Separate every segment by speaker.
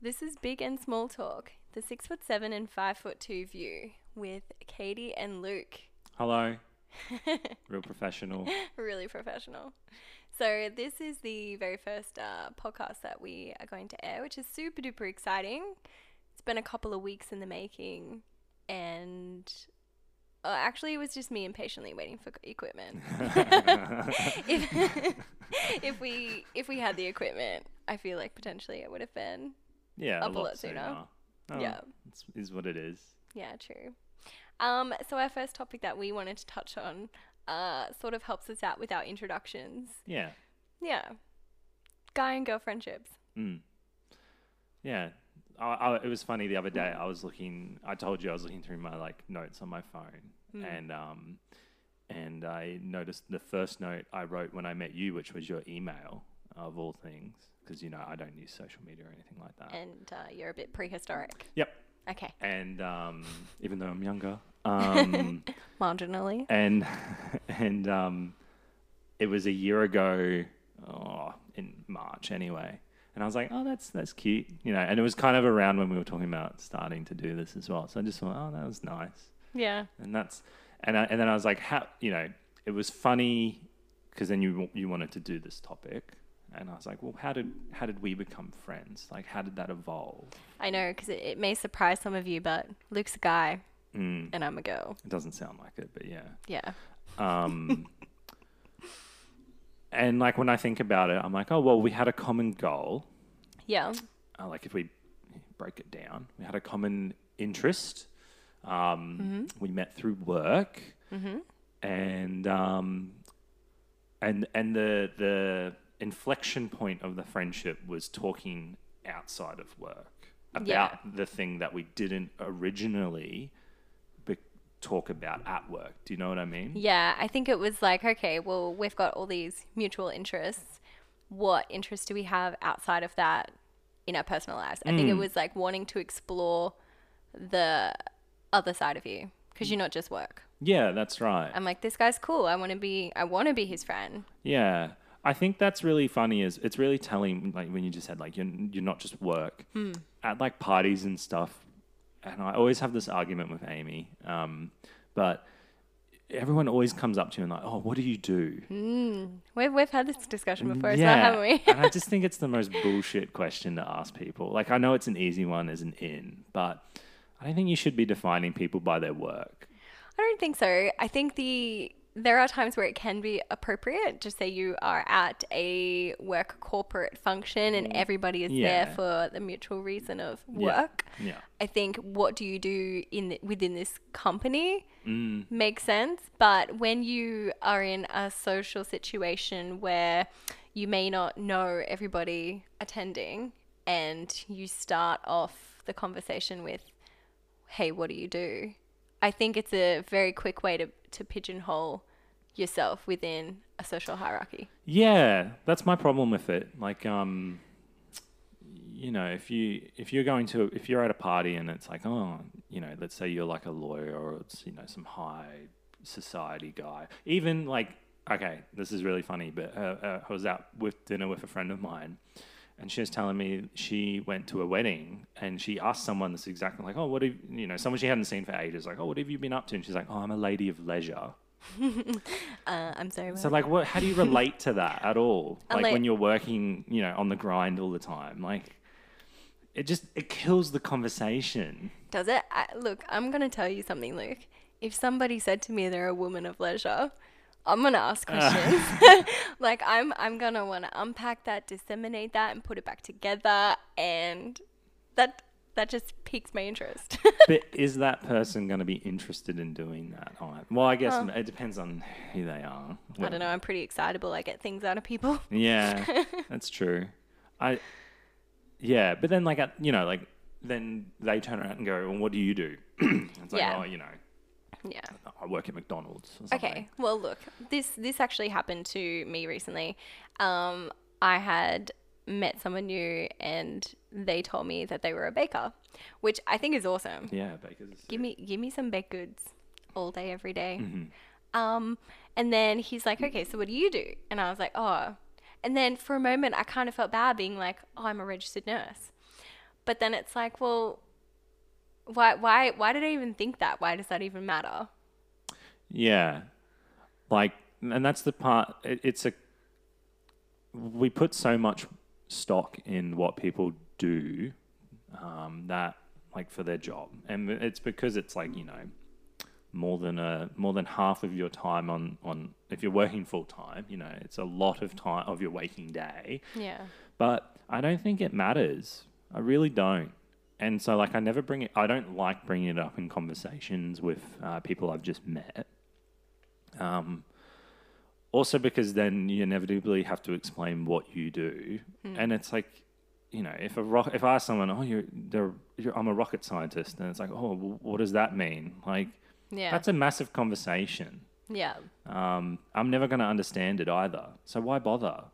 Speaker 1: This is Big and Small Talk, the six foot seven and five foot two view with Katie and Luke.
Speaker 2: Hello. Real professional.
Speaker 1: really professional. So, this is the very first uh, podcast that we are going to air, which is super duper exciting. It's been a couple of weeks in the making, and uh, actually, it was just me impatiently waiting for equipment. if, if we if we had the equipment, I feel like potentially it would have been
Speaker 2: Yeah,
Speaker 1: Up a lot sooner.
Speaker 2: Oh,
Speaker 1: Yeah.
Speaker 2: It's, is what it is.
Speaker 1: Yeah, true. Um, so our first topic that we wanted to touch on uh, sort of helps us out with our introductions.
Speaker 2: Yeah.
Speaker 1: Yeah. Guy and girl friendships.
Speaker 2: Mm. Yeah. I, I, it was funny the other day. I was looking. I told you I was looking through my like notes on my phone, and um, and I noticed the first note I wrote when I met you, which was your email of all things, because you know I don't use social media or anything like that.
Speaker 1: And uh, you're a bit prehistoric.
Speaker 2: yep.
Speaker 1: Okay.
Speaker 2: And um, even though I'm younger, um,
Speaker 1: Marginally.
Speaker 2: and and um, it was a year ago, oh, in March anyway. And I was like, oh, that's that's cute, you know. And it was kind of around when we were talking about starting to do this as well. So I just thought, oh, that was nice.
Speaker 1: Yeah.
Speaker 2: And that's and I, and then I was like, how you know, it was funny because then you w- you wanted to do this topic, and I was like, well, how did how did we become friends? Like, how did that evolve?
Speaker 1: I know, because it, it may surprise some of you, but Luke's a guy
Speaker 2: Mm,
Speaker 1: and I'm a girl.
Speaker 2: it doesn't sound like it, but yeah.
Speaker 1: Yeah.
Speaker 2: Um, and like when I think about it, I'm like, oh well, we had a common goal.
Speaker 1: Yeah.
Speaker 2: Uh, like if we break it down, we had a common interest. Um, We met through work, and um, and and the the inflection point of the friendship was talking outside of work about
Speaker 1: Yeah.
Speaker 2: the thing that we didn't originally be- talk about at work. Do you know what I mean?
Speaker 1: Yeah. I think it was like, okay, well, we've got all these mutual interests. What interests do we have outside of that in our personal lives? I think it was like wanting to explore the other side of you because you're not just work.
Speaker 2: Yeah, that's right.
Speaker 1: I'm like, this guy's cool. I want to be, I want to be his friend.
Speaker 2: Yeah, I think that's really funny. Is it's really telling, like when you just said, like you're you're not just work at like parties and stuff. And I always have this argument with Amy, um, but everyone always comes up to you and like, oh, what do you do?
Speaker 1: We've, we've had this discussion before, so
Speaker 2: yeah,
Speaker 1: haven't we?
Speaker 2: and I just think it's the most bullshit question to ask people. Like I know it's an easy one as an in, but I don't think you should be defining people by their work.
Speaker 1: I don't think so. I think the there are times where it can be appropriate. Just say you are at a work corporate function and everybody is there
Speaker 2: Mm. Yeah.
Speaker 1: for the mutual reason of
Speaker 2: Yeah.
Speaker 1: work.
Speaker 2: Yeah.
Speaker 1: I think what do you do in the, within this company makes sense, but when you are in a social situation where you may not know everybody attending and you start off the conversation with hey, what do you do? I think it's a very quick way to, to pigeonhole yourself within a social hierarchy.
Speaker 2: Yeah, that's my problem with it. Like, um, you know, if you if you're going to if you're at a party and it's like, oh, you know, let's say you're like a lawyer or it's you know some high society guy, even like, okay, this is really funny, but uh, uh, I was out with dinner with a friend of mine. And she was telling me she went to a wedding and she asked someone this exactly like, oh, what have you know, someone she hadn't seen for ages, like, oh, what have you been up to? And she's like, oh, I'm a lady of leisure.
Speaker 1: Uh, I'm sorry.
Speaker 2: So like, what? How do you relate to that at all?
Speaker 1: I
Speaker 2: Like
Speaker 1: like-
Speaker 2: when you're working, you know, on the grind all the time, like it just it kills the conversation.
Speaker 1: Does it? I, look, I'm going to tell you something, Luke. If somebody said to me they're a woman of leisure, I'm going to ask questions. like I'm I'm going to want to unpack that, disseminate that and put it back together and that that just piques my interest.
Speaker 2: but is that person going to be interested in doing that? I- Well, I guess it depends on who they are.
Speaker 1: I don't know, I'm pretty excitable. I get things out of people.
Speaker 2: Yeah, that's true. I yeah, but then like at, you know like then they turn around and go, well, what do you do? it's like,
Speaker 1: Yeah.
Speaker 2: oh, you know,
Speaker 1: Yeah.
Speaker 2: I work at McDonald's. Or something.
Speaker 1: Okay. Well, look, this this actually happened to me recently. Um, I had met someone new, and they told me that they were a baker, which I think is awesome.
Speaker 2: Yeah, bakers.
Speaker 1: Give me give me some baked goods all day every day. Um, and then he's like, okay, so what do you do? And I was like, oh. And then for a moment, I kind of felt bad being like, oh, I'm a registered nurse. But then it's like, well, why why why did I even think that? Why does that even matter?
Speaker 2: Yeah. Like, and that's the part, it, it's a, we put so much stock in what people do um, that, like, for their job. And it's because it's like, you know, more than a more than half of your time on on if you're working full time you know it's a lot of time of your waking day
Speaker 1: Yeah.
Speaker 2: but I don't think it matters. I really don't. And so, like, I never bring it. I don't like bringing it up in conversations with uh, people I've just met. Um, also because then you inevitably have to explain what you do, and it's like, you know, if a rock, if I ask someone, oh, you're, they're, you're, I'm a rocket scientist, and it's like, oh, well, what does that mean? Like,
Speaker 1: Yeah.
Speaker 2: that's a massive conversation.
Speaker 1: yeah.
Speaker 2: Um, I'm never going to understand it either. So why bother?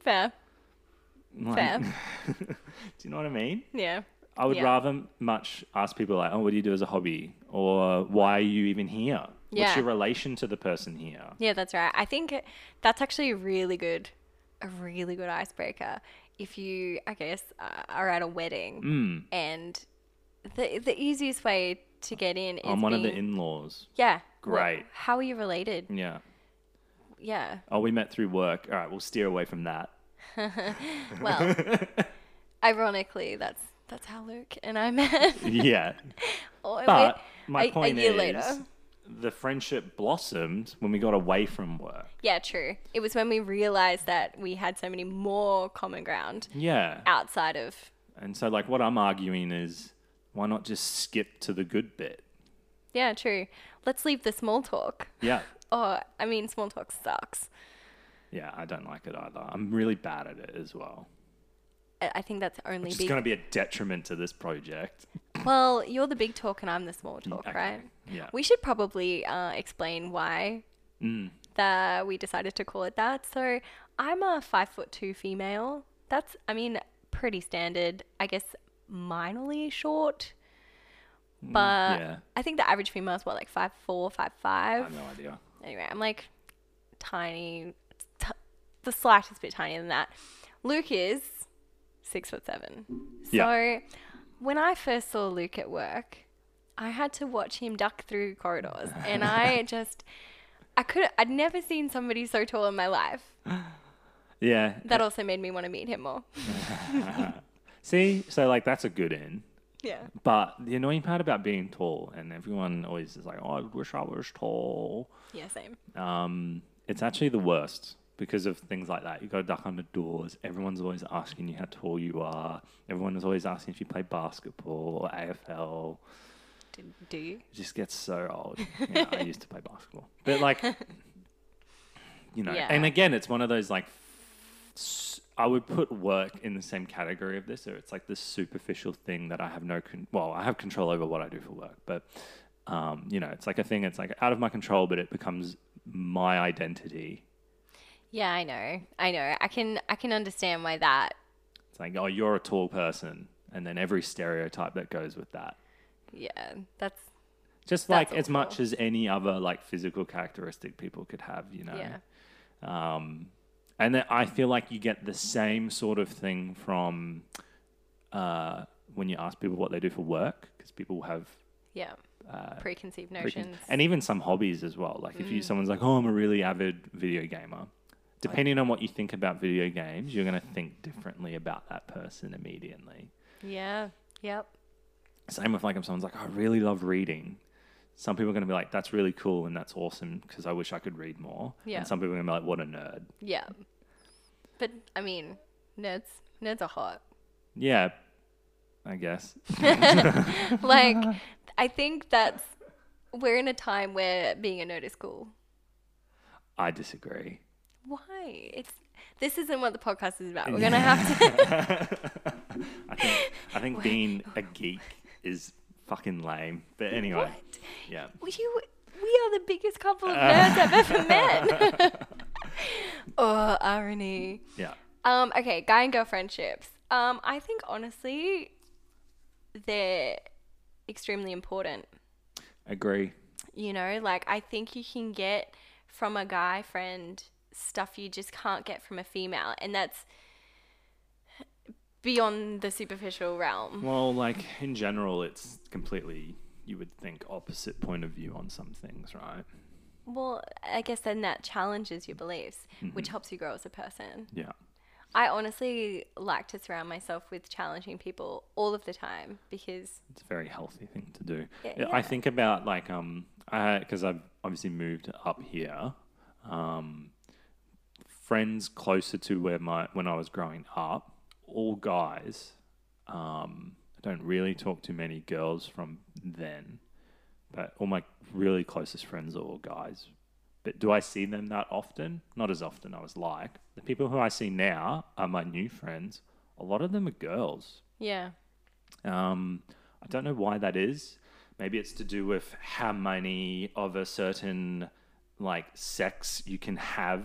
Speaker 1: Fair.
Speaker 2: Like,
Speaker 1: Fair.
Speaker 2: do you know what I mean?
Speaker 1: yeah.
Speaker 2: I would
Speaker 1: Yeah.
Speaker 2: rather much ask people like, "Oh, what do you do as a hobby?" or "Why are you even here?"
Speaker 1: Yeah.
Speaker 2: What's your relation to the person here?
Speaker 1: Yeah, that's right. I think that's actually a really good, a really good icebreaker. If you, I guess, uh, are at a wedding
Speaker 2: Mm.
Speaker 1: and the the easiest way to get in is
Speaker 2: I'm one of the
Speaker 1: being-
Speaker 2: in-laws.
Speaker 1: yeah. wha-
Speaker 2: Great.
Speaker 1: how are you related?
Speaker 2: Yeah.
Speaker 1: Yeah.
Speaker 2: Oh, we met through work. All right, we'll steer away from that.
Speaker 1: Well, ironically, that's that's how Luke and I met.
Speaker 2: yeah.
Speaker 1: Or we-
Speaker 2: But my
Speaker 1: a- a
Speaker 2: point
Speaker 1: year
Speaker 2: is,
Speaker 1: later.
Speaker 2: the friendship blossomed when we got away from work.
Speaker 1: yeah, true. It was when we realized that we had so many more common ground
Speaker 2: Yeah.
Speaker 1: outside of
Speaker 2: And so, like, what I'm arguing is, why not just skip to the good bit?
Speaker 1: yeah, true. Let's leave the small talk.
Speaker 2: Yeah.
Speaker 1: Oh, I mean, small talk sucks.
Speaker 2: Yeah, I don't like it either. I'm really bad at it as well.
Speaker 1: I I think that's only
Speaker 2: Which is
Speaker 1: big.
Speaker 2: going to be a detriment to this project.
Speaker 1: Well, you're the big talk and I'm the small talk,
Speaker 2: okay.
Speaker 1: right?
Speaker 2: Yeah. Mm.
Speaker 1: We should probably uh, explain why that we decided to call it that. So I'm a five foot two female. That's, I mean, pretty standard. I guess minorly short, but
Speaker 2: Mm, yeah.
Speaker 1: I think the average female is what like five four, five
Speaker 2: I
Speaker 1: five.
Speaker 2: have no idea.
Speaker 1: anyway, I'm like tiny, t- the slightest bit tinier than that. Luke is six foot seven.
Speaker 2: Yeah.
Speaker 1: So when I first saw Luke at work, I had to watch him duck through corridors, and I just, I could, I'd never seen somebody so tall in my life.
Speaker 2: Yeah.
Speaker 1: That also made me want to meet him more.
Speaker 2: See, so like that's a good end.
Speaker 1: Yeah.
Speaker 2: But the annoying part about being tall, and everyone always is like, "Oh, I wish I was tall."
Speaker 1: Yeah. Same.
Speaker 2: Um, it's actually the worst because of things like that. You got to duck under doors. Everyone's always asking you how tall you are. Everyone is always asking if you play basketball or AFL.
Speaker 1: Do, do you?
Speaker 2: It just gets so old. Yeah, I used to play basketball, but like, you know,
Speaker 1: Yeah.
Speaker 2: and again, it's one of those like, s- I would put work in the same category of this, or it's like this superficial thing that I have no con- well, I have control over what I do for work, but um, you know, it's like a thing. It's like out of my control, but it becomes my identity.
Speaker 1: Yeah, I know. I know. I can. I can understand why that.
Speaker 2: It's like, oh, you're a tall person, and then every stereotype that goes with that.
Speaker 1: Yeah. That's.
Speaker 2: Just
Speaker 1: That's
Speaker 2: like as
Speaker 1: awful.
Speaker 2: much as any other like physical characteristic people could have, you know.
Speaker 1: Yeah.
Speaker 2: Um, and then I feel like you get the same sort of thing from uh, when you ask people what they do for work, because people have.
Speaker 1: Yeah. Preconceived notions.
Speaker 2: And even some hobbies as well. Like if you someone's like, "Oh, I'm a really avid video gamer," depending on what you think about video games, you're going to think differently about that person immediately.
Speaker 1: yeah. Yep.
Speaker 2: Same with like if someone's like, "Oh, "I really love reading," some people are going to be like, "That's really cool and that's awesome because I wish I could read more."
Speaker 1: Yeah.
Speaker 2: And some people are going to be like, "What a nerd."
Speaker 1: Yeah. But I mean, nerds nerds are hot.
Speaker 2: Yeah, I guess.
Speaker 1: Like I think that's we're in a time where being a nerd is cool.
Speaker 2: I disagree.
Speaker 1: Why? It's this isn't what the podcast is about. We're gonna have to
Speaker 2: I think I think being a geek is fucking lame. But anyway,
Speaker 1: What?
Speaker 2: yeah.
Speaker 1: You we are the biggest couple of nerds I've ever met. oh, irony.
Speaker 2: Yeah.
Speaker 1: Um, okay, guy and girl friendships. Um, I think honestly they're extremely important.
Speaker 2: Agree.
Speaker 1: You know, like I think you can get from a guy friend stuff you just can't get from a female. And that's beyond the superficial realm.
Speaker 2: Well, like in general, it's completely you would think opposite point of view on some things, right?
Speaker 1: Well, I guess then that challenges your beliefs,
Speaker 2: Mm-hmm.
Speaker 1: which helps you grow as a person.
Speaker 2: Yeah.
Speaker 1: I honestly like to surround myself with challenging people all of the time because
Speaker 2: It's a very healthy thing to do.
Speaker 1: Yeah,
Speaker 2: I
Speaker 1: yeah.
Speaker 2: think about like um I because I've obviously moved up here. Um, friends closer to where my when I was growing up, all guys. Um, I don't really talk to many girls from then, but all my really closest friends are all guys. But do I see them that often? Not as often I was like. The people who I see now are my new friends. A lot of them are girls.
Speaker 1: yeah.
Speaker 2: Um, I don't know why that is. Maybe it's to do with how many of a certain like sex you can have.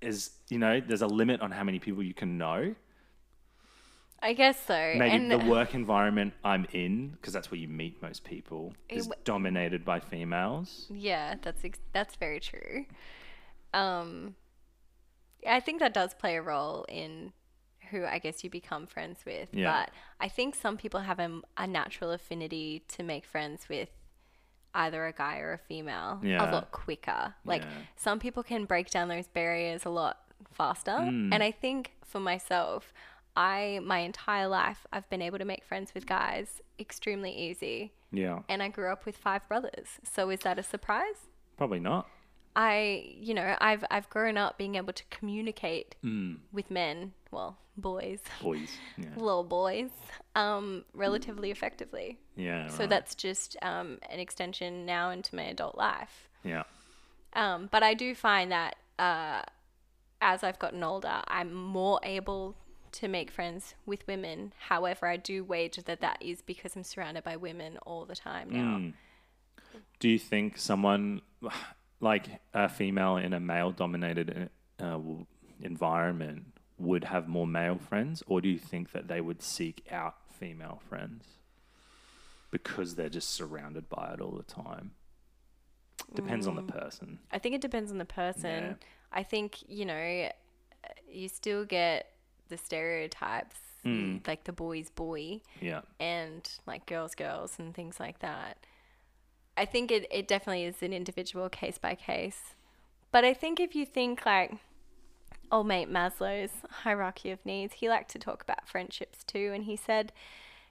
Speaker 2: Is you know, there's a limit on how many people you can know.
Speaker 1: I guess so.
Speaker 2: Maybe
Speaker 1: and
Speaker 2: the work environment I'm in, because that's where you meet most people, is
Speaker 1: w-
Speaker 2: dominated by females.
Speaker 1: yeah, that's ex- that's very true. Um I think that does play a role in who I guess you become friends with,
Speaker 2: Yeah.
Speaker 1: but I think some people have a, a natural affinity to make friends with either a guy or a female a
Speaker 2: Yeah.
Speaker 1: lot quicker. Like
Speaker 2: Yeah.
Speaker 1: some people can break down those barriers a lot faster.
Speaker 2: Mm.
Speaker 1: And I think for myself, I my entire life I've been able to make friends with guys extremely easy.
Speaker 2: Yeah,
Speaker 1: and I grew up with five brothers. So is that a surprise?
Speaker 2: probably not.
Speaker 1: I, you know, I've I've grown up being able to communicate with men, well, boys,
Speaker 2: Boys. Yeah,
Speaker 1: little boys, um, relatively effectively.
Speaker 2: yeah.
Speaker 1: So
Speaker 2: right.
Speaker 1: that's just um, an extension now into my adult life.
Speaker 2: yeah,
Speaker 1: Um, but I do find that uh, as I've gotten older, I'm more able to make friends with women. However, I do wager that that is because I'm surrounded by women all the time now.
Speaker 2: Do you think someone like a female in a male dominated uh, w- environment would have more male friends, or do you think that they would seek out female friends because they're just surrounded by it all the time? Depends on the person.
Speaker 1: I think it depends on the person.
Speaker 2: Yeah.
Speaker 1: I think, you know, you still get the stereotypes, like the boy's boy
Speaker 2: Yeah.
Speaker 1: and like girls, girls, and things like that. I think it, it definitely is an individual case by case. But I think if you think like old mate Maslow's hierarchy of needs, he liked to talk about friendships too. And he said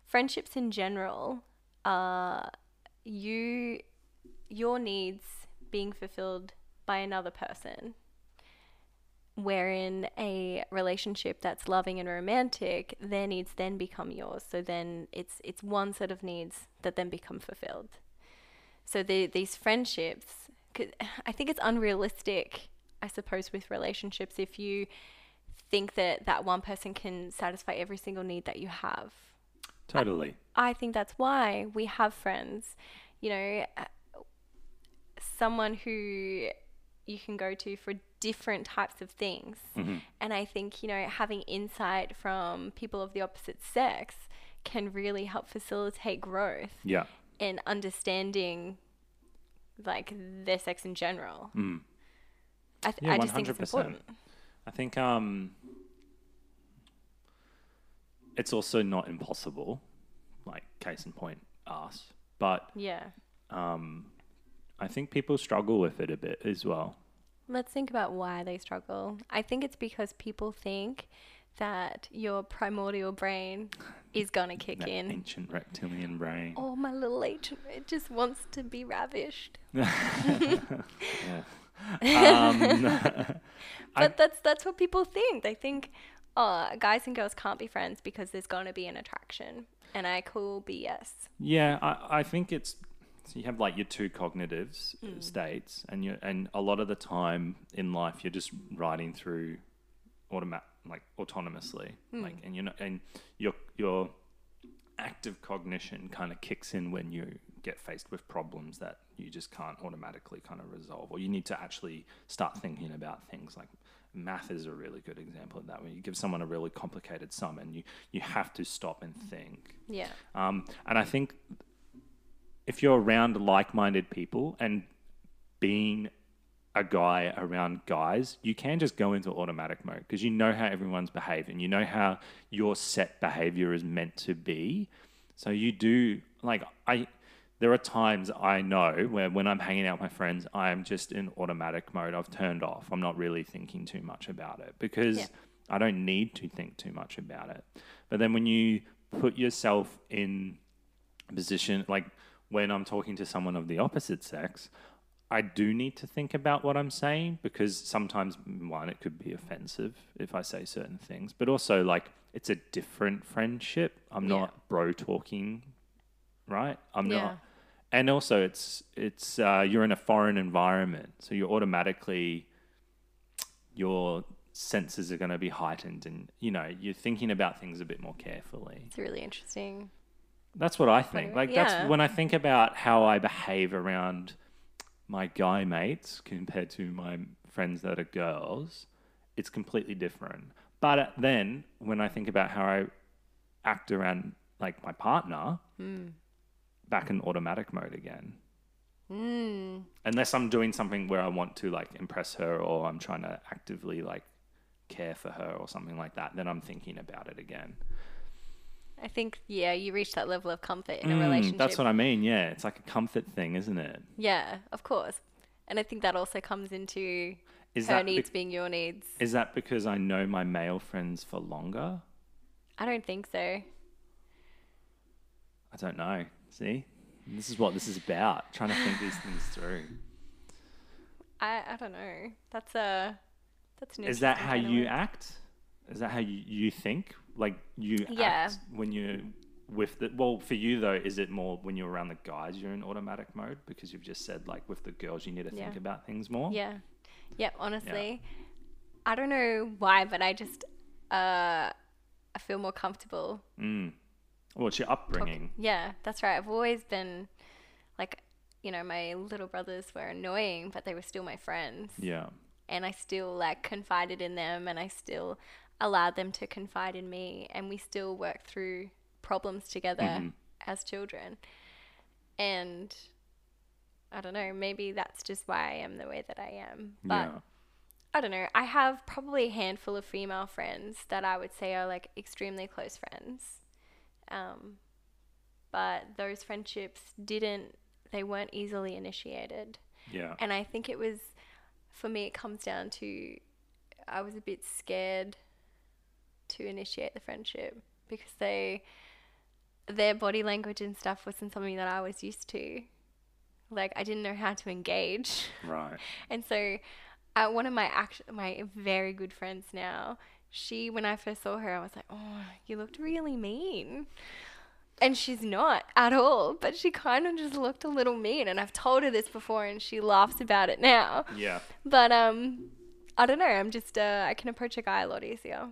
Speaker 1: friendships in general are you, your needs being fulfilled by another person. Wherein a relationship that's loving and romantic, their needs then become yours. So then it's it's one set of needs that then become fulfilled. So the, these friendships, 'cause I think it's unrealistic, I suppose, with relationships if you think that that one person can satisfy every single need that you have.
Speaker 2: Totally.
Speaker 1: I think that's why we have friends. You know, uh, someone who you can go to for different types of things.
Speaker 2: Mm-hmm.
Speaker 1: And I think, you know, having insight from people of the opposite sex can really help facilitate growth
Speaker 2: Yeah.
Speaker 1: and understanding like their sex in general. I, th-
Speaker 2: Mm. Yeah,
Speaker 1: I just think it's
Speaker 2: 100%.
Speaker 1: important.
Speaker 2: I think um, it's also not impossible, like case in point, us, but
Speaker 1: Yeah.
Speaker 2: Um, I think people struggle with it a bit as well.
Speaker 1: Let's think about why they struggle. I think it's because people think that your primordial brain is going to kick
Speaker 2: That
Speaker 1: in.
Speaker 2: ancient reptilian brain.
Speaker 1: Oh, my little agent, it just wants to be ravished.
Speaker 2: Um,
Speaker 1: but that's that's what people think. They think, oh, guys and girls can't be friends because there's going to be an attraction. And I call BS.
Speaker 2: Yeah, I, I think it's so you have like your two cognitives states, and you and a lot of the time in life you're just riding through automat like autonomously, like and you know and your your active cognition kind of kicks in when you get faced with problems that you just can't automatically kind of resolve or you need to actually start thinking about things like math is a really good example of that when you give someone a really complicated sum and you you have to stop and think
Speaker 1: Yeah.
Speaker 2: um, and I think if you're around like minded people and being a guy around guys, you can just go into automatic mode because you know how everyone's behaving. You know how your set behavior is meant to be. So you do like I there are times I know where when I'm hanging out with my friends, I'm just in automatic mode. I've turned off. I'm not really thinking too much about it because
Speaker 1: Yeah.
Speaker 2: I don't need to think too much about it. But then when you put yourself in a position like when I'm talking to someone of the opposite sex, I do need to think about what I'm saying because sometimes one it could be offensive if I say certain things, but also like it's a different friendship. I'm
Speaker 1: Yeah.
Speaker 2: not bro talking, right? I'm
Speaker 1: Yeah.
Speaker 2: not and also it's it's uh, you're in a foreign environment, so you're automatically your senses are going to be heightened, and you know you're thinking about things a bit more carefully.
Speaker 1: It's really interesting.
Speaker 2: That's what I think. Like
Speaker 1: Yeah.
Speaker 2: that's when I think about how I behave around my guy mates compared to my friends that are girls, it's completely different. But then when I think about how I act around like my partner, back in automatic mode again. Unless I'm doing something where I want to like impress her or I'm trying to actively like care for her or something like that, then I'm thinking about it again.
Speaker 1: I think yeah, you reach that level of comfort in a
Speaker 2: Mm,
Speaker 1: relationship.
Speaker 2: That's what I mean. Yeah, it's like a comfort thing, isn't it?
Speaker 1: yeah, of course. And I think that also comes into
Speaker 2: Is
Speaker 1: her
Speaker 2: that be-
Speaker 1: needs being your needs.
Speaker 2: is that because I know my male friends for longer?
Speaker 1: I don't think so.
Speaker 2: I don't know. See, this is what this is about. Trying to think these things through.
Speaker 1: I I don't know. That's a that's an
Speaker 2: Is that
Speaker 1: interesting
Speaker 2: how
Speaker 1: kind of
Speaker 2: you
Speaker 1: one.
Speaker 2: act? Is that how you, you think? Like you
Speaker 1: Yeah.
Speaker 2: act when you're with the well for you though is it more when you're around the guys you're in automatic mode because you've just said like with the girls you need to
Speaker 1: Yeah.
Speaker 2: think about things more
Speaker 1: Yeah. Yeah, honestly. I don't know why, but I just uh I feel more comfortable.
Speaker 2: Mm. well it's your upbringing
Speaker 1: Yeah, that's right. I've always been like you know, my little brothers were annoying, but they were still my friends.
Speaker 2: yeah
Speaker 1: and I still like confided in them and I still allowed them to confide in me and we still worked through problems together as children. And I don't know, maybe that's just why I am the way that I am. But
Speaker 2: yeah
Speaker 1: I don't know. I have probably a handful of female friends that I would say are like extremely close friends. Um, but those friendships didn't, they weren't easily initiated.
Speaker 2: yeah
Speaker 1: And I think it was, for me, it comes down to I was a bit scared to initiate the friendship because they, their body language and stuff wasn't something that I was used to. Like, I didn't know how to engage.
Speaker 2: right
Speaker 1: And so, uh, one of my act- my very good friends now, she when I first saw her, I was like, "Oh, you looked really mean," and she's not at all. But she kind of just looked a little mean, and I've told her this before, and she laughs about it now.
Speaker 2: yeah
Speaker 1: But um, I don't know. I'm just uh, I can approach a guy a lot easier.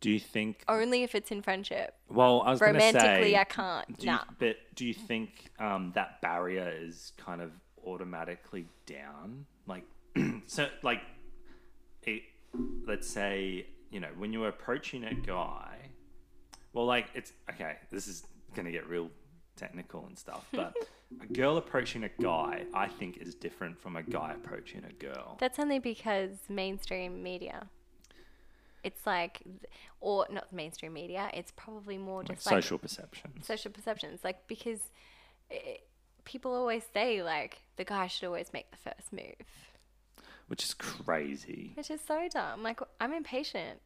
Speaker 2: do you think
Speaker 1: Only if it's in friendship.
Speaker 2: well I was gonna
Speaker 1: Romantically,
Speaker 2: say,
Speaker 1: I can't.
Speaker 2: Do you,
Speaker 1: Nah.
Speaker 2: but do you think um, that barrier is kind of automatically down? Like, so like, it, let's say you know when you're approaching a guy. Well, like it's okay. This is gonna get real technical and stuff, but a girl approaching a guy, I think, is different from a guy approaching a girl.
Speaker 1: That's only because mainstream media. It's like, or not mainstream media. It's probably more just like
Speaker 2: Social perceptions.
Speaker 1: social perceptions like because it, people always say like the guy should always make the first move
Speaker 2: which is crazy.
Speaker 1: which is so dumb like i'm impatient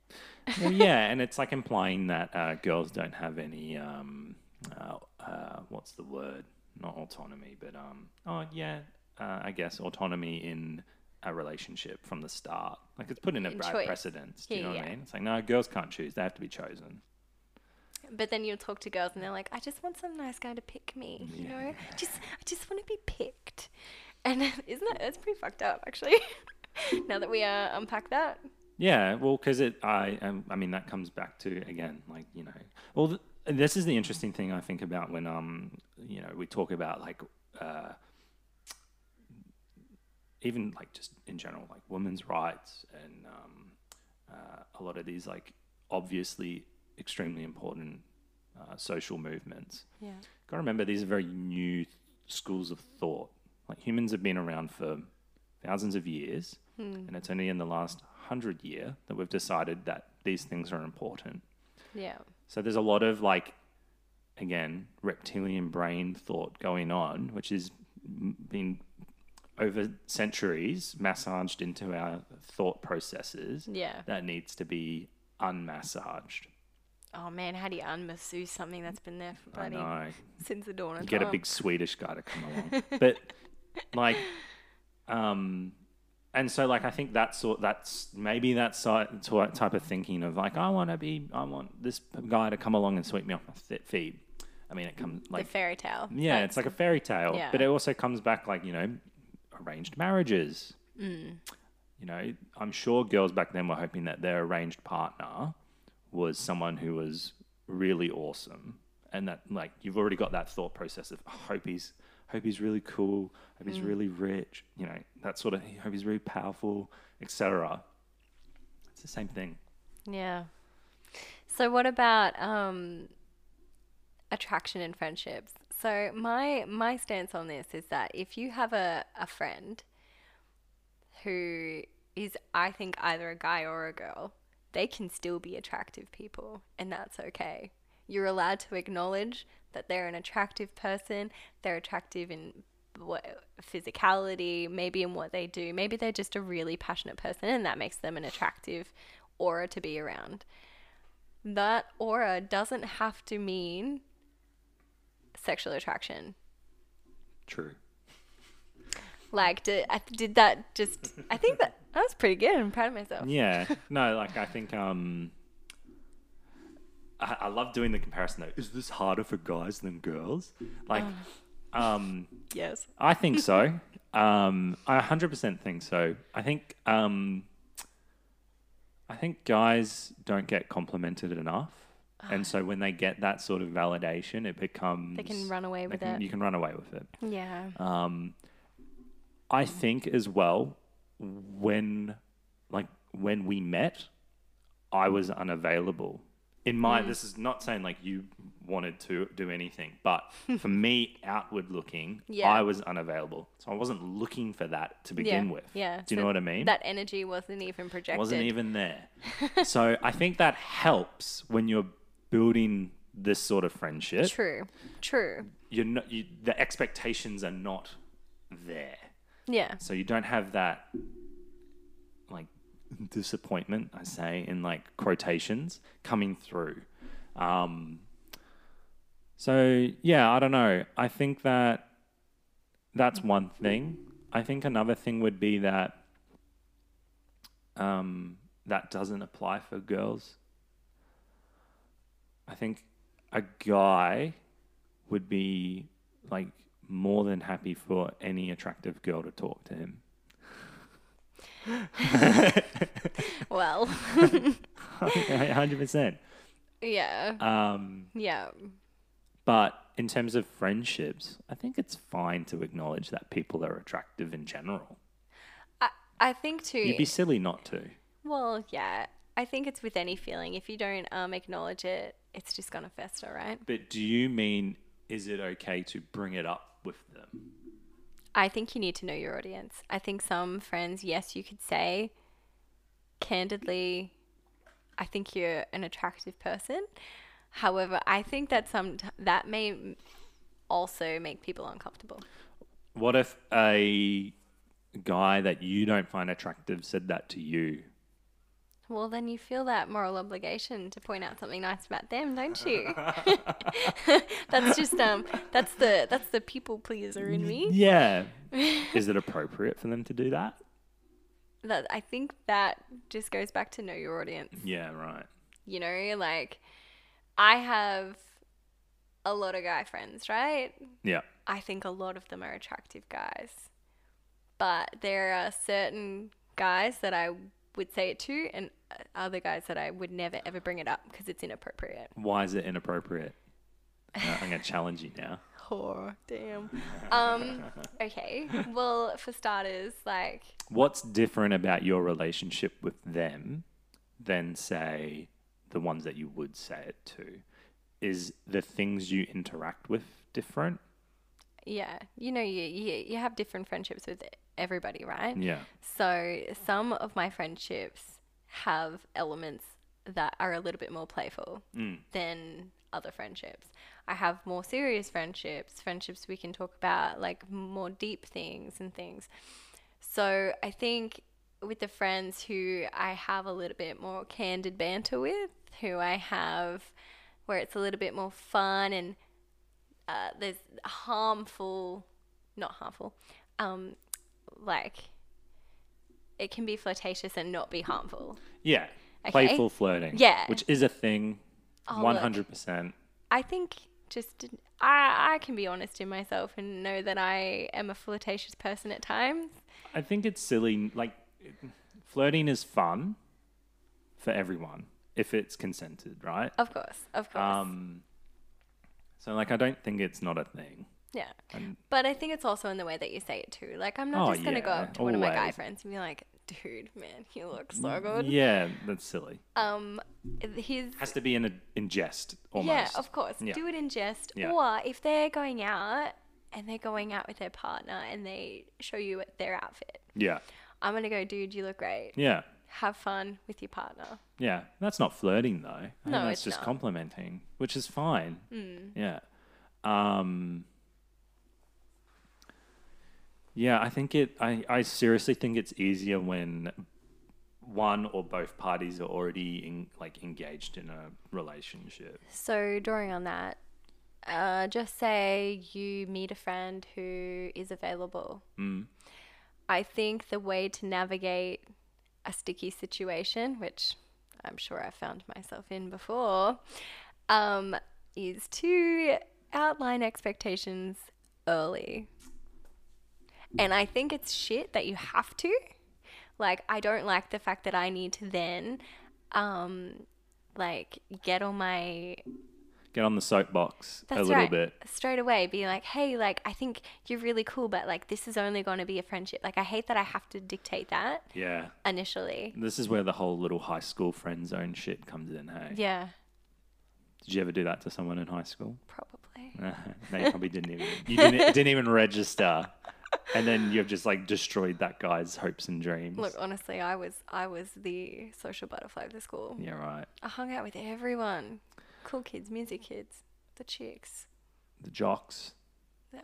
Speaker 2: well, yeah, and it's like implying that uh, girls don't have any um, uh, uh, what's the word? Not autonomy, but um, oh yeah, uh, I guess autonomy in a relationship from the start. Like it's putting a
Speaker 1: In
Speaker 2: bad
Speaker 1: choice.
Speaker 2: precedence. Do you
Speaker 1: Yeah,
Speaker 2: know what
Speaker 1: yeah.
Speaker 2: I mean? It's like no, girls can't choose; they have to be chosen.
Speaker 1: but then you'll talk to girls and they're like i just want some nice guy to pick me you know just i just want to be picked and isn't that that's pretty fucked up actually now that we uh, unpack that
Speaker 2: Yeah, well, because it, I, um, I mean, that comes back to again, like you know, well, th- this is the interesting thing I think about when, um, you know, we talk about like, uh, even like just in general, like women's rights and um, uh, a lot of these like obviously extremely important uh, social movements.
Speaker 1: yeah
Speaker 2: Got to remember these are very new schools of thought. Like humans have been around for thousands of years, and it's only in the last hundred year that we've decided that these things are important.
Speaker 1: Yeah.
Speaker 2: So there's a lot of like, again, reptilian brain thought going on, which has m- been over centuries massaged into our thought processes
Speaker 1: Yeah.
Speaker 2: that needs to be unmassaged.
Speaker 1: Oh man, how do you unmasseuse something that's been there for
Speaker 2: I
Speaker 1: bloody
Speaker 2: know.
Speaker 1: since the dawn of
Speaker 2: You get a
Speaker 1: time?
Speaker 2: big Swedish guy to come along. but like um and so like I think that's sort that's maybe that's type of thinking of like I want to be I want this guy to come along and sweep me off my th- feet. I mean it comes
Speaker 1: the
Speaker 2: like
Speaker 1: fairy tale.
Speaker 2: yeah, it's like a fairy tale,
Speaker 1: Yeah.
Speaker 2: but it also comes back like, you know, arranged marriages. You know, I'm sure girls back then were hoping that their arranged partner was someone who was really awesome. And that like you've already got that thought process of "Oh, hope he's hope he's really cool, hope he's really rich, you know, that sort of hope he's really powerful, etc. It's the same thing.
Speaker 1: Yeah. So what about um attraction and friendships? So my my stance on this is that if you have a, a friend who is I think either a guy or a girl, they can still be attractive people and that's okay. You're allowed to acknowledge that they're an attractive person, they're attractive in what physicality, maybe in what they do. Maybe they're just a really passionate person and that makes them an attractive aura to be around. That aura doesn't have to mean sexual attraction.
Speaker 2: True.
Speaker 1: Like, did, I, did that just. I think that, that was pretty good. I'm proud of myself.
Speaker 2: Yeah. No, like I think um I, I love doing the comparison though. Is this harder for guys than girls? Like
Speaker 1: Oh.
Speaker 2: um
Speaker 1: Yes.
Speaker 2: I think so. um I 100% think so. I think um I think guys don't get complimented enough.
Speaker 1: Ah.
Speaker 2: And so when they get that sort of validation, it becomes
Speaker 1: run away
Speaker 2: they
Speaker 1: with
Speaker 2: can-
Speaker 1: it.
Speaker 2: You can run away with it.
Speaker 1: Yeah.
Speaker 2: Uh, I think as well when like when we met, I was unavailable. In my
Speaker 1: Hmm.
Speaker 2: this is not saying like you wanted to do anything, but for me outward looking,
Speaker 1: Yeah.
Speaker 2: I was unavailable. So I wasn't looking for that to begin
Speaker 1: yeah.
Speaker 2: with.
Speaker 1: Yeah.
Speaker 2: Do you
Speaker 1: So
Speaker 2: know what I mean?
Speaker 1: That energy wasn't even projected.
Speaker 2: wasn't even there. so I think that helps when you're building this sort of friendship
Speaker 1: True. True.
Speaker 2: you're not you, the expectations are not there
Speaker 1: Yeah.
Speaker 2: so you don't have that like disappointment i say in like quotations coming through um so yeah i don't know i think that that's one thing i think another thing would be that um that doesn't apply for girls i think a guy would be like more than happy for any attractive girl to talk to him.
Speaker 1: Well,
Speaker 2: Hundred percent.
Speaker 1: yeah.
Speaker 2: Um,
Speaker 1: Yeah.
Speaker 2: but in terms of friendships, I think it's fine to acknowledge that people are attractive in general.
Speaker 1: I, I think too.
Speaker 2: You'd be silly not to.
Speaker 1: well, yeah. I think it's with any feeling. If you don't um, acknowledge it, it's just going to fester, right?
Speaker 2: But do you mean is it okay to bring it up with them?
Speaker 1: I think you need to know your audience. I think some friends, yes, you could say candidly, I think you're an attractive person. However, I think that some that may also make people uncomfortable.
Speaker 2: What if a guy that you don't find attractive said that to you?
Speaker 1: Well, then you feel that moral obligation to point out something nice about them, don't you? that's just um that's the that's the people pleaser in me.
Speaker 2: Yeah. is it appropriate for them to do that?
Speaker 1: That I think that just goes back to know your audience.
Speaker 2: Yeah, right.
Speaker 1: You know, like I have a lot of guy friends, right?
Speaker 2: Yeah.
Speaker 1: I think a lot of them are attractive guys. But there are certain guys that I would say it to and uh, other guys that I would never ever bring it up because it's inappropriate.
Speaker 2: Why is it inappropriate? Uh, I'm going to challenge you now.
Speaker 1: Oh, damn. Um, okay. Well, for starters, like,
Speaker 2: What's different about your relationship with them than, say, the ones that you would say it to? Is the things you interact with different?
Speaker 1: yeah, you know, you, you, you have different friendships with everybody, right?
Speaker 2: Yeah.
Speaker 1: So some of my friendships have elements that are a little bit more playful
Speaker 2: Mm.
Speaker 1: than other friendships. I have more serious friendships, friendships we can talk about like more deep things and things. So I think with the friends who I have a little bit more candid banter with, who I have where it's a little bit more fun and uh, there's harmful, not harmful, um, like it can be flirtatious and not be harmful.
Speaker 2: Yeah.
Speaker 1: Okay.
Speaker 2: Playful flirting.
Speaker 1: Yeah.
Speaker 2: Which is a thing.
Speaker 1: Oh, look.
Speaker 2: One hundred percent.
Speaker 1: I think just I I can be honest in myself and know that I am a flirtatious person at times.
Speaker 2: I think it's silly. Like, flirting is fun for everyone if it's consented, right?
Speaker 1: Of course, of course.
Speaker 2: Um. So, like, I don't think it's not a thing.
Speaker 1: yeah.
Speaker 2: and-
Speaker 1: But I think it's also in the way that you say it too. Like I'm not
Speaker 2: Oh,
Speaker 1: just going to go
Speaker 2: yeah,
Speaker 1: up to one of my guy
Speaker 2: always.
Speaker 1: friends and be like, "Dude, man, you look so good."
Speaker 2: Yeah, that's silly.
Speaker 1: Um his
Speaker 2: Has to be in a in jest almost.
Speaker 1: Yeah, of course.
Speaker 2: Yeah.
Speaker 1: Do it in jest.
Speaker 2: Yeah.
Speaker 1: Or if they're going out and they're going out with their partner and they show you their outfit.
Speaker 2: Yeah,
Speaker 1: I'm going to go, "Dude, you look great.
Speaker 2: yeah,
Speaker 1: Have fun with your partner."
Speaker 2: yeah. That's not flirting though. I think
Speaker 1: No,
Speaker 2: that's
Speaker 1: it's
Speaker 2: just
Speaker 1: not. Hmm.
Speaker 2: complimenting, which is fine. Yeah. Um. Yeah, I think it. I I seriously think it's easier when one or both parties are already in, like engaged in a relationship.
Speaker 1: So, drawing on that, uh, just say you meet a friend who is available. I think the way to navigate a sticky situation, which I'm sure I found myself in before, um, is to outline expectations early. And I think it's shit that you have to. Like, I don't like the fact that I need to then, um, like, get all my
Speaker 2: Get on the soapbox
Speaker 1: that's
Speaker 2: a little
Speaker 1: right.
Speaker 2: bit.
Speaker 1: Straight away, be like, hey, like, I think you're really cool, but like, this is only going to be a friendship. Like, I hate that I have to dictate that
Speaker 2: Yeah.
Speaker 1: initially.
Speaker 2: This is where the whole little high school friend zone shit comes in, hey?
Speaker 1: Yeah,
Speaker 2: Did you ever do that to someone in high school?
Speaker 1: probably.
Speaker 2: no, you probably didn't even. You didn't, it didn't even register, and then you've just like destroyed that guy's hopes and dreams.
Speaker 1: Look, honestly, I was I was the social butterfly of the school.
Speaker 2: yeah, right.
Speaker 1: I hung out with everyone, cool kids, music kids, the chicks.
Speaker 2: The jocks.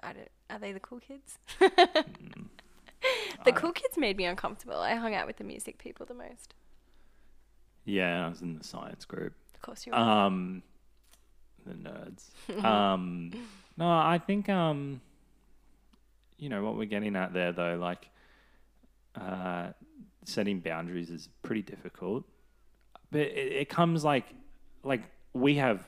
Speaker 1: I don't, are they the cool kids?
Speaker 2: Mm.
Speaker 1: the cool kids made me uncomfortable. I hung out with the music people the most.
Speaker 2: Yeah, I was in the science group.
Speaker 1: Of course, you. Were.
Speaker 2: Um, the nerds. um, no, I think um, you know what we're getting at there though. Like, uh, setting boundaries is pretty difficult, but it, it comes like like we have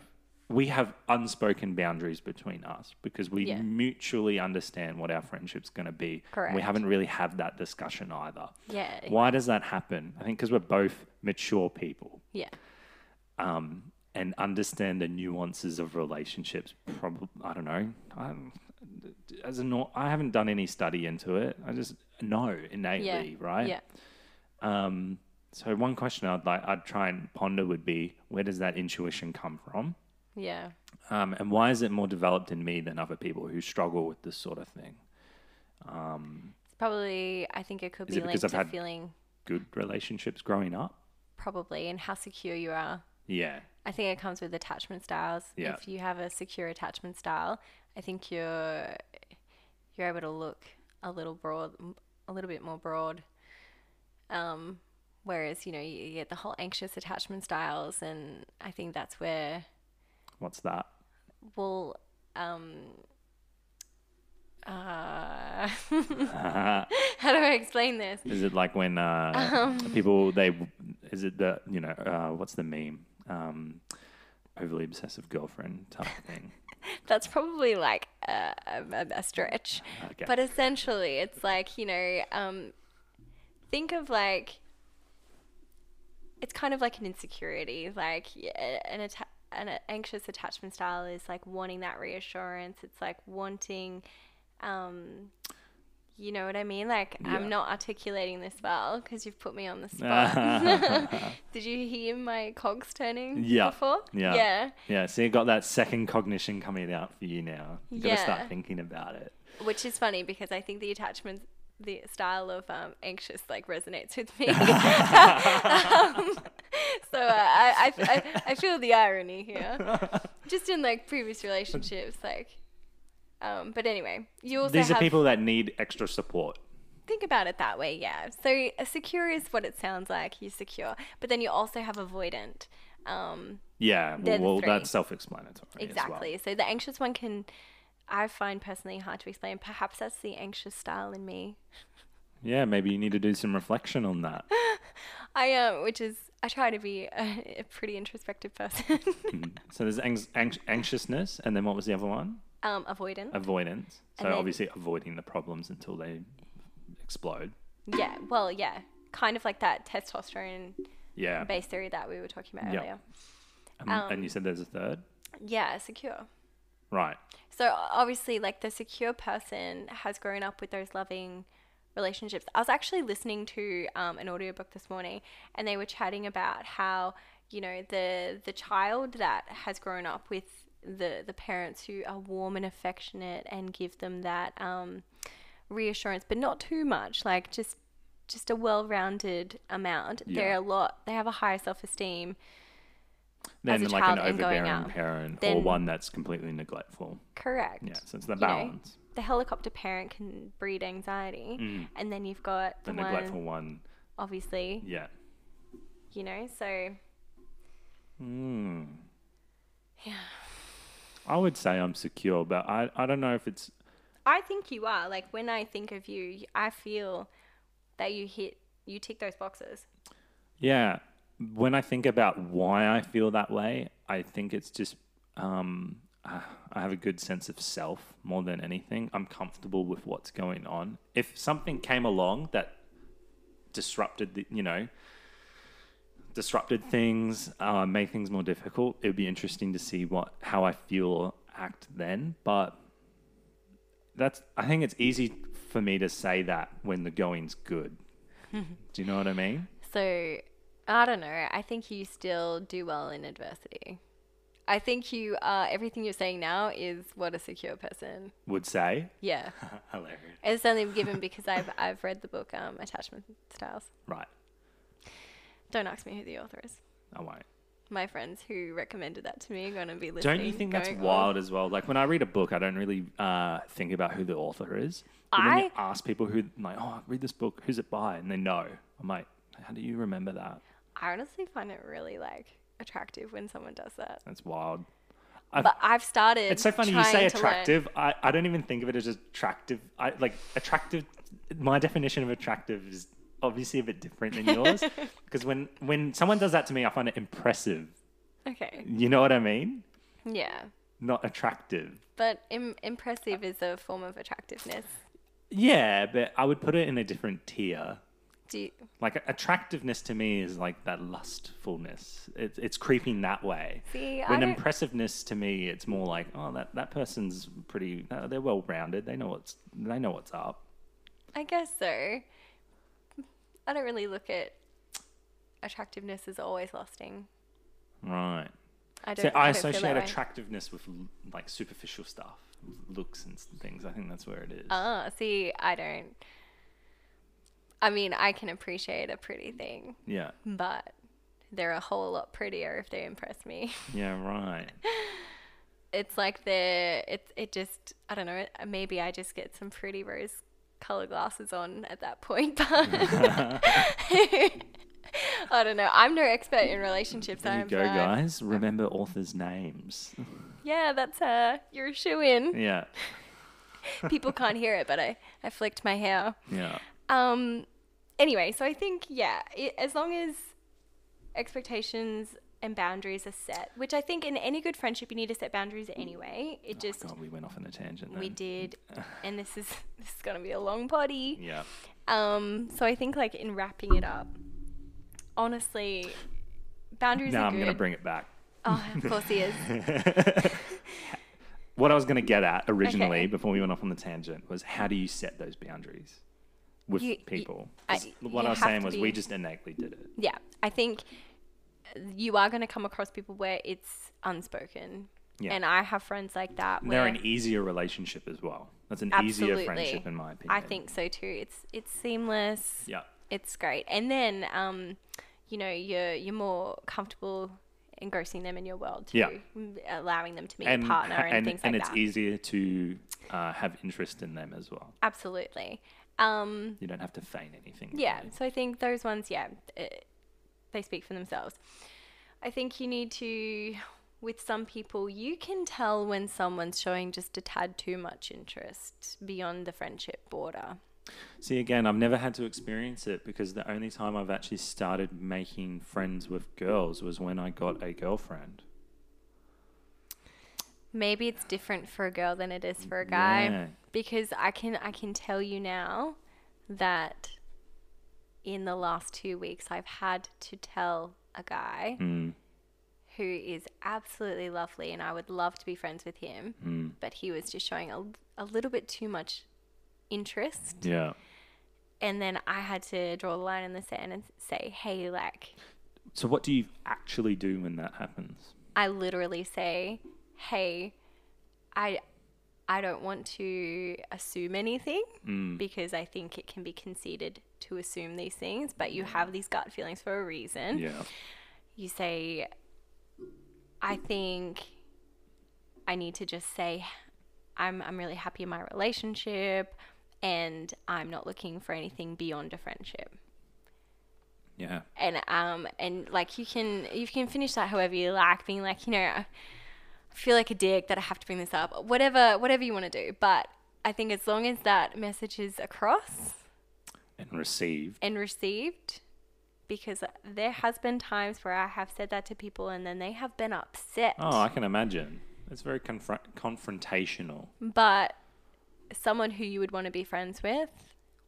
Speaker 2: we have unspoken boundaries between us because we
Speaker 1: Yeah.
Speaker 2: mutually understand what our friendship's going to be. And
Speaker 1: Correct.
Speaker 2: we haven't really had that discussion either.
Speaker 1: yeah,
Speaker 2: Why does that happen? I think because we're both mature people
Speaker 1: yeah,
Speaker 2: um, and understand the nuances of relationships. Probably, I don't know. i as a, nor- I haven't done any study into it. I just know innately, right?
Speaker 1: yeah.
Speaker 2: Um, so one question I'd like, I'd try and ponder would be, where does that intuition come from,
Speaker 1: Yeah.
Speaker 2: um, and why is it more developed in me than other people who struggle with this sort of thing?
Speaker 1: It's probably, I think it could
Speaker 2: Is
Speaker 1: be
Speaker 2: it
Speaker 1: linked
Speaker 2: because I've
Speaker 1: to
Speaker 2: had-
Speaker 1: feeling
Speaker 2: Good relationships growing up.
Speaker 1: probably and how secure you are.
Speaker 2: Yeah.
Speaker 1: I think it comes with attachment styles.
Speaker 2: Yeah.
Speaker 1: If you have a secure attachment style, I think you're you're able to look a little broad, a little bit more broad. Um, whereas you know you you get the whole anxious attachment styles, and I think that's where
Speaker 2: What's that?
Speaker 1: we'll um. Uh, how do I explain this?
Speaker 2: Is it like when uh,
Speaker 1: Um.
Speaker 2: people they is it the you know uh, what's the meme um, overly obsessive girlfriend type thing?
Speaker 1: That's probably like a, a, a stretch.
Speaker 2: Okay.
Speaker 1: But essentially, it's like, you know, um, think of like, it's kind of like an insecurity. Like, y- an, atta- an anxious attachment style is like wanting that reassurance. It's like wanting, um, you know what I mean? Like,
Speaker 2: Yeah.
Speaker 1: I'm not articulating this well because you've put me on the spot. Did you hear my cogs turning
Speaker 2: Yeah.
Speaker 1: before?
Speaker 2: Yeah.
Speaker 1: Yeah.
Speaker 2: yeah, so you got that second cognition coming out for you now. You got to
Speaker 1: Yeah.
Speaker 2: start thinking about it.
Speaker 1: Which is funny because I think the attachment the style of um, anxious like resonates with me. um, so uh, I, I, I, I feel the irony here, just in like previous relationships, like. Um, but anyway, you also
Speaker 2: These are
Speaker 1: have,
Speaker 2: people that need extra support.
Speaker 1: think about it that way, yeah. So uh, secure is what it sounds like. You secure, but then you also have avoidant. Um,
Speaker 2: Yeah,
Speaker 1: They're
Speaker 2: well,
Speaker 1: the
Speaker 2: well,
Speaker 1: three.
Speaker 2: that's self-explanatory. as well.
Speaker 1: Exactly. So the anxious one can, I find personally hard to explain. Perhaps that's the anxious style in me.
Speaker 2: Yeah, maybe you need to do some reflection on that.
Speaker 1: I am, which is I try to be a, a pretty introspective person.
Speaker 2: so there's anx- anx- anxiousness, and then what was the other one?
Speaker 1: um, avoidant.
Speaker 2: Avoidance. So
Speaker 1: And then-
Speaker 2: obviously avoiding the problems until they explode.
Speaker 1: yeah. Well, yeah. Kind of like that testosterone
Speaker 2: Yeah.
Speaker 1: based theory that we were talking about
Speaker 2: Yeah.
Speaker 1: earlier.
Speaker 2: Um, and you said there's a third?
Speaker 1: Yeah, secure.
Speaker 2: Right.
Speaker 1: So obviously, like the secure person has grown up with those loving relationships. I was actually listening to um, an audiobook this morning, and they were chatting about how you know the the child that has grown up with the the parents who are warm and affectionate and give them that um, reassurance, but not too much, like just just a well-rounded amount. They're
Speaker 2: Yeah.
Speaker 1: a lot. They have a higher self-esteem.
Speaker 2: Then
Speaker 1: a
Speaker 2: like
Speaker 1: child
Speaker 2: an
Speaker 1: and going
Speaker 2: overbearing
Speaker 1: out,
Speaker 2: parent or
Speaker 1: then-
Speaker 2: one that's completely neglectful.
Speaker 1: Correct.
Speaker 2: Yeah, so it's the
Speaker 1: know,
Speaker 2: balance.
Speaker 1: the helicopter parent can breed anxiety, and then you've got the,
Speaker 2: The
Speaker 1: one,
Speaker 2: neglectful one.
Speaker 1: obviously,
Speaker 2: Yeah.
Speaker 1: you know. So
Speaker 2: Mm. Yeah. I would say I'm secure, but I, I don't know if it's
Speaker 1: I think you are like when I think of you, y- I feel that you hit, you tick those boxes.
Speaker 2: Yeah. When I think about why I feel that way, I think it's just um, I I have a good sense of self more than anything. I'm comfortable with what's going on. If something came along that disrupted the, you know, disrupted things, uh, made things more difficult, it would be interesting to see what how I feel or act then. But that's I think it's easy for me to say that when the going's good. Do you know what I mean?
Speaker 1: So I don't know. I think you still do well in adversity. I think you are everything you're saying now is what a secure person.
Speaker 2: Would say.
Speaker 1: Yeah,
Speaker 2: Hilarious.
Speaker 1: it's only given because I've I've read the book um, Attachment Styles.
Speaker 2: Right.
Speaker 1: Don't ask me who the author is.
Speaker 2: I won't.
Speaker 1: my friends who recommended that to me are going to be listening.
Speaker 2: Don't you think that's
Speaker 1: going, "Oh."
Speaker 2: wild as well? Like when I read a book, I don't really uh, think about who the author is. But when you
Speaker 1: I-
Speaker 2: ask people who, like, oh, read this book, who's it by? And they know. I'm like, how do you remember that?
Speaker 1: I honestly find it really like attractive when someone does that.
Speaker 2: That's wild.
Speaker 1: But I've started.
Speaker 2: It's so funny you
Speaker 1: trying
Speaker 2: say
Speaker 1: to learn-
Speaker 2: attractive. I, I don't even think of it as attractive. I like attractive. My definition of attractive is obviously a bit different than yours. Because when when someone does that to me, I find it impressive.
Speaker 1: Okay.
Speaker 2: You know what I mean?
Speaker 1: Yeah.
Speaker 2: Not attractive.
Speaker 1: But Im- impressive is a form of attractiveness.
Speaker 2: Yeah, but I would put it in a different tier.
Speaker 1: Do you,
Speaker 2: Like attractiveness to me is like that lustfulness. It's it's creeping that way.
Speaker 1: See, I
Speaker 2: when
Speaker 1: don't-
Speaker 2: impressiveness to me, it's more like oh that that person's pretty. Uh, they're well rounded. They know what's they know what's up.
Speaker 1: I guess so. I don't really look at attractiveness as always lasting.
Speaker 2: Right.
Speaker 1: I
Speaker 2: So
Speaker 1: don't.
Speaker 2: I,
Speaker 1: I, don't feel
Speaker 2: associate
Speaker 1: that way.
Speaker 2: attractiveness with l- like superficial stuff, looks and s- things. I think that's where it is.
Speaker 1: Ah, see, I don't. I mean, I can appreciate a pretty thing.
Speaker 2: yeah.
Speaker 1: but they're a whole lot prettier if they impress me.
Speaker 2: Yeah. Right.
Speaker 1: It's like they're it's it just I don't know. Maybe I just get some pretty rose color glasses on at that point, but I don't know. I'm no expert in relationships.
Speaker 2: There you
Speaker 1: I'm
Speaker 2: go,
Speaker 1: like,
Speaker 2: guys. Remember authors' names.
Speaker 1: Yeah, that's her. You're a shoe in.
Speaker 2: yeah.
Speaker 1: People can't hear it, but I I flicked my hair.
Speaker 2: Yeah.
Speaker 1: Um, anyway, so I think yeah, i as long as expectations and boundaries are set, which I think in any good friendship you need to set boundaries anyway. It just
Speaker 2: Oh, God, we went off on a tangent.
Speaker 1: we
Speaker 2: then.
Speaker 1: did, and this is this is gonna be a long body.
Speaker 2: Yeah.
Speaker 1: Um, so I think like in wrapping it up, honestly, boundaries are
Speaker 2: Now I'm
Speaker 1: good.
Speaker 2: going to bring it back.
Speaker 1: oh, of course he is.
Speaker 2: What I was going to get at originally
Speaker 1: Okay.
Speaker 2: before we went off on the tangent was how do you set those boundaries with
Speaker 1: You- you-
Speaker 2: people?
Speaker 1: I-
Speaker 2: 'Cause what
Speaker 1: you
Speaker 2: I was
Speaker 1: have
Speaker 2: saying
Speaker 1: to
Speaker 2: was
Speaker 1: be-
Speaker 2: we just innately did it.
Speaker 1: Yeah, I think you are gonna come across people where it's unspoken.
Speaker 2: Yeah.
Speaker 1: And I have friends like that.
Speaker 2: they're
Speaker 1: where-
Speaker 2: an easier relationship as well. That's an easier
Speaker 1: Absolutely.
Speaker 2: friendship, in my opinion.
Speaker 1: I think so too. It's it's seamless.
Speaker 2: Yeah.
Speaker 1: It's great. And then um, you know, you're you're more comfortable engrossing them in your world too.
Speaker 2: Yeah.
Speaker 1: m- Allowing them to be
Speaker 2: And,
Speaker 1: your partner
Speaker 2: ha-
Speaker 1: and,
Speaker 2: and,
Speaker 1: things like
Speaker 2: and it's
Speaker 1: that.
Speaker 2: easier to uh, have interest in them as well.
Speaker 1: Absolutely. Um,
Speaker 2: You don't have to feign anything.
Speaker 1: yeah.
Speaker 2: really.
Speaker 1: So I think those ones, yeah, uh they speak for themselves. I think you need to with some people you can tell when someone's showing just a tad too much interest beyond the friendship border.
Speaker 2: See, again, I've never had to experience it because the only time I've actually started making friends with girls was when I got a girlfriend.
Speaker 1: Maybe it's different for a girl than it is for a guy.
Speaker 2: Yeah.
Speaker 1: Because I can I can tell you now that in the last two weeks I've had to tell a guy
Speaker 2: Mm.
Speaker 1: who is absolutely lovely and I would love to be friends with him,
Speaker 2: Hmm.
Speaker 1: but he was just showing a, a little bit too much interest.
Speaker 2: Yeah.
Speaker 1: And then I had to draw the line in the sand and say, hey, like,
Speaker 2: So, what do you actually do when that happens?
Speaker 1: I literally say, "Hey, I I don't want to assume anything because I think it can be conceited to assume these things, but you have these gut feelings for a reason."
Speaker 2: Yeah.
Speaker 1: You say, "I think I need to just say I'm I'm really happy in my relationship and I'm not looking for anything beyond a friendship."
Speaker 2: Yeah.
Speaker 1: and um and like you can you can finish that however you like being like you know i feel like a dick that i have to bring this up whatever whatever you want to do but i think as long as that message is across
Speaker 2: And receive.
Speaker 1: and received because there has been times where i have said that to people and then they have been upset
Speaker 2: Oh, I can imagine. It's very confr- confrontational.
Speaker 1: but someone who you would want to be friends with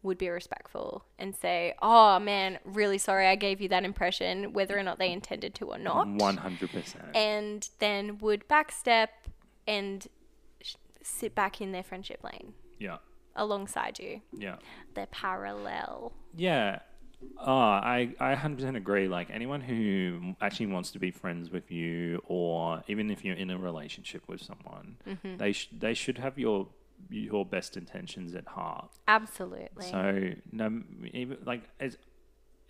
Speaker 1: would be respectful and say oh man really sorry i gave you that impression whether or not they intended to or not
Speaker 2: 100%.
Speaker 1: and then would backstep and sh- sit back in their friendship lane
Speaker 2: Yeah.
Speaker 1: alongside you.
Speaker 2: Yeah.
Speaker 1: They're parallel.
Speaker 2: Yeah. Oh, I, I 100% agree. Like, anyone who actually wants to be friends with you, or even if you're in a relationship with someone, they, sh- they should have your your best intentions at heart.
Speaker 1: Absolutely.
Speaker 2: So, no, even, like, it's,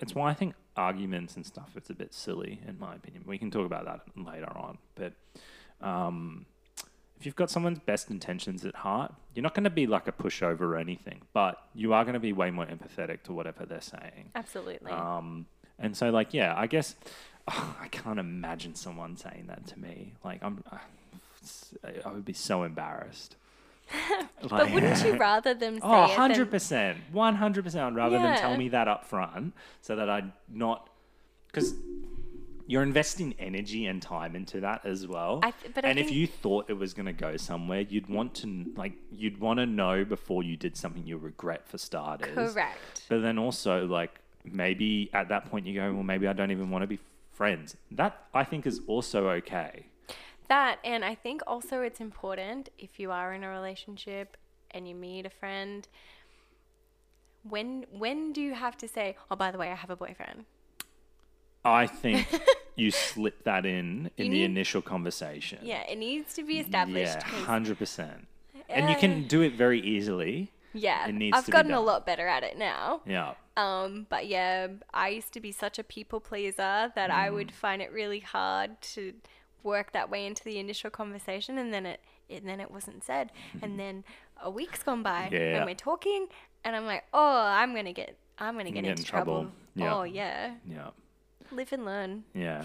Speaker 2: it's why I think arguments and stuff is a bit silly, in my opinion. We can talk about that later on. But um, if you've got someone's best intentions at heart, you're not going to be like a pushover or anything, but you are going to be way more empathetic to whatever they're saying.
Speaker 1: Absolutely.
Speaker 2: Um, and so, like, yeah, I guess I can't imagine someone saying that to me. Like, I'm, I would be so embarrassed.
Speaker 1: but
Speaker 2: Like-
Speaker 1: wouldn't you rather them say
Speaker 2: Oh,
Speaker 1: it than-
Speaker 2: 100%. 100% rather than tell
Speaker 1: Yeah.
Speaker 2: me that up front so that I'd not. Because you're investing energy and time into that as well.
Speaker 1: I th- but I
Speaker 2: and if
Speaker 1: think-
Speaker 2: you thought it was going to go somewhere, you'd want to like you'd want to know before you did something you regret for starters.
Speaker 1: Correct.
Speaker 2: But then also like maybe at that point you go, well, maybe I don't even want to be friends. That I think is also okay.
Speaker 1: That and I think also it's important if you are in a relationship and you meet a friend when when do you have to say, "Oh, by the way, I have a boyfriend."
Speaker 2: I think you slip that in in
Speaker 1: You
Speaker 2: the
Speaker 1: need-
Speaker 2: initial conversation.
Speaker 1: Yeah, it needs to be established. Eh.
Speaker 2: Yeah,
Speaker 1: 'cause-
Speaker 2: hundred percent. And you can do it very easily.
Speaker 1: yeah
Speaker 2: it needs
Speaker 1: I've
Speaker 2: to be
Speaker 1: gotten a
Speaker 2: done.
Speaker 1: lot better at it now.
Speaker 2: Yeah.
Speaker 1: Um, but yeah, I used to be such a people pleaser that I would
Speaker 2: Mm.
Speaker 1: find it really hard to work that way into the initial conversation, and then it and then it wasn't said, and then a week's gone by,
Speaker 2: Mm-hmm. Yeah.
Speaker 1: and we're talking, and I'm like, oh, I'm gonna get, I'm gonna get,
Speaker 2: get
Speaker 1: into
Speaker 2: in trouble.
Speaker 1: trouble.
Speaker 2: Yeah.
Speaker 1: Oh yeah,
Speaker 2: Yeah.
Speaker 1: live and learn.
Speaker 2: Yeah.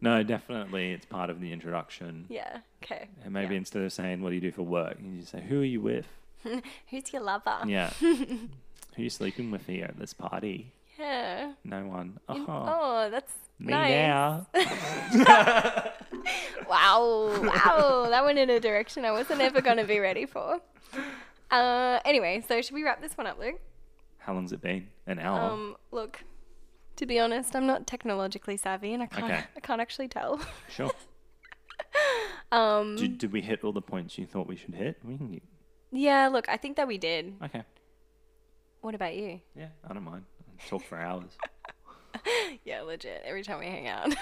Speaker 2: no, definitely it's part of the introduction.
Speaker 1: Yeah. Okay.
Speaker 2: And maybe instead of saying what do you do for work, you just say, Who are you with?
Speaker 1: Who's your lover?
Speaker 2: Yeah. Who are you sleeping with here at this party?
Speaker 1: Yeah.
Speaker 2: No one. Oh,
Speaker 1: Oh, that's
Speaker 2: me
Speaker 1: nice.
Speaker 2: now.
Speaker 1: Wow, wow, that went in a direction I wasn't ever going to be ready for. Uh, anyway, so should we wrap this one up, Luke?
Speaker 2: How long's it been? An hour.
Speaker 1: Um, look, to be honest, I'm not technologically savvy, and I can't,
Speaker 2: Okay.
Speaker 1: I can't actually tell.
Speaker 2: sure.
Speaker 1: Um,
Speaker 2: Did, did we hit all the points you thought we should hit? We can
Speaker 1: yeah, look, I think that we did.
Speaker 2: okay.
Speaker 1: What about you?
Speaker 2: Yeah, I don't mind. I can Talk for hours.
Speaker 1: Yeah, legit. Every time we hang out.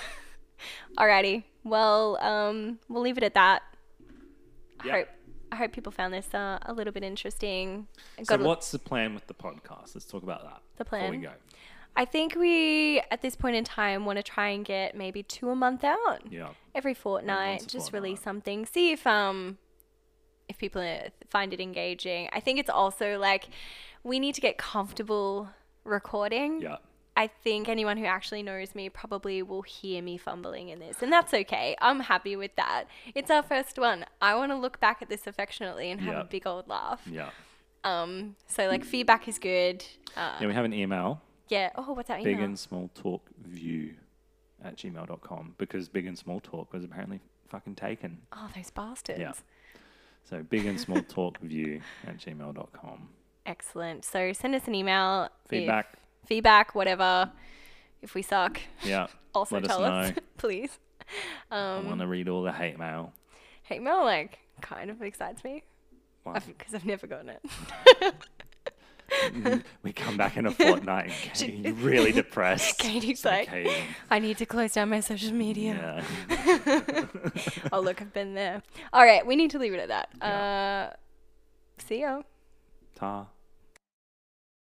Speaker 1: Alrighty. Well, um, we'll leave it at that. I
Speaker 2: Yeah.
Speaker 1: hope I hope people found this uh, a little bit interesting. and
Speaker 2: So
Speaker 1: got a-
Speaker 2: what's the plan with the podcast? Let's talk about that.
Speaker 1: The
Speaker 2: before we
Speaker 1: plan?
Speaker 2: go.
Speaker 1: I think we at this point in time want to try and get maybe two a month out
Speaker 2: Yeah.
Speaker 1: every fortnight.
Speaker 2: once a
Speaker 1: just
Speaker 2: fortnight.
Speaker 1: release something. See if um if people uh, find it engaging. I think it's also like we need to get comfortable recording.
Speaker 2: Yeah.
Speaker 1: I think anyone who actually knows me probably will hear me fumbling in this, and that's okay. I'm happy with that. It's our first one. I want to look back at this affectionately and have
Speaker 2: Yeah.
Speaker 1: a big old laugh.
Speaker 2: Yeah.
Speaker 1: Um, so like feedback is good. Uh,
Speaker 2: Yeah, we have an email,
Speaker 1: yeah. Oh, what's our
Speaker 2: big
Speaker 1: email?
Speaker 2: and small talk view at gmail.com because big and small talk was apparently fucking taken.
Speaker 1: oh, those bastards.
Speaker 2: Yeah. So big and small talk view at gmail.com.
Speaker 1: Excellent. So send us an email. if-
Speaker 2: Feedback.
Speaker 1: feedback, whatever. If we suck,
Speaker 2: Yeah.
Speaker 1: also
Speaker 2: Let us
Speaker 1: tell us,
Speaker 2: know.
Speaker 1: please.
Speaker 2: I
Speaker 1: um,
Speaker 2: want to read all the hate mail.
Speaker 1: Hate mail like kind of excites me
Speaker 2: Well,
Speaker 1: because I've never gotten it.
Speaker 2: mm-hmm. we come back in a fortnight and Mm, Katie, really depressed.
Speaker 1: Katie's
Speaker 2: So
Speaker 1: like,
Speaker 2: Katie,
Speaker 1: I need to close down my social media.
Speaker 2: yeah.
Speaker 1: oh look, I've been there. All right, we need to leave it at that. Uh, see ya.
Speaker 2: Ta.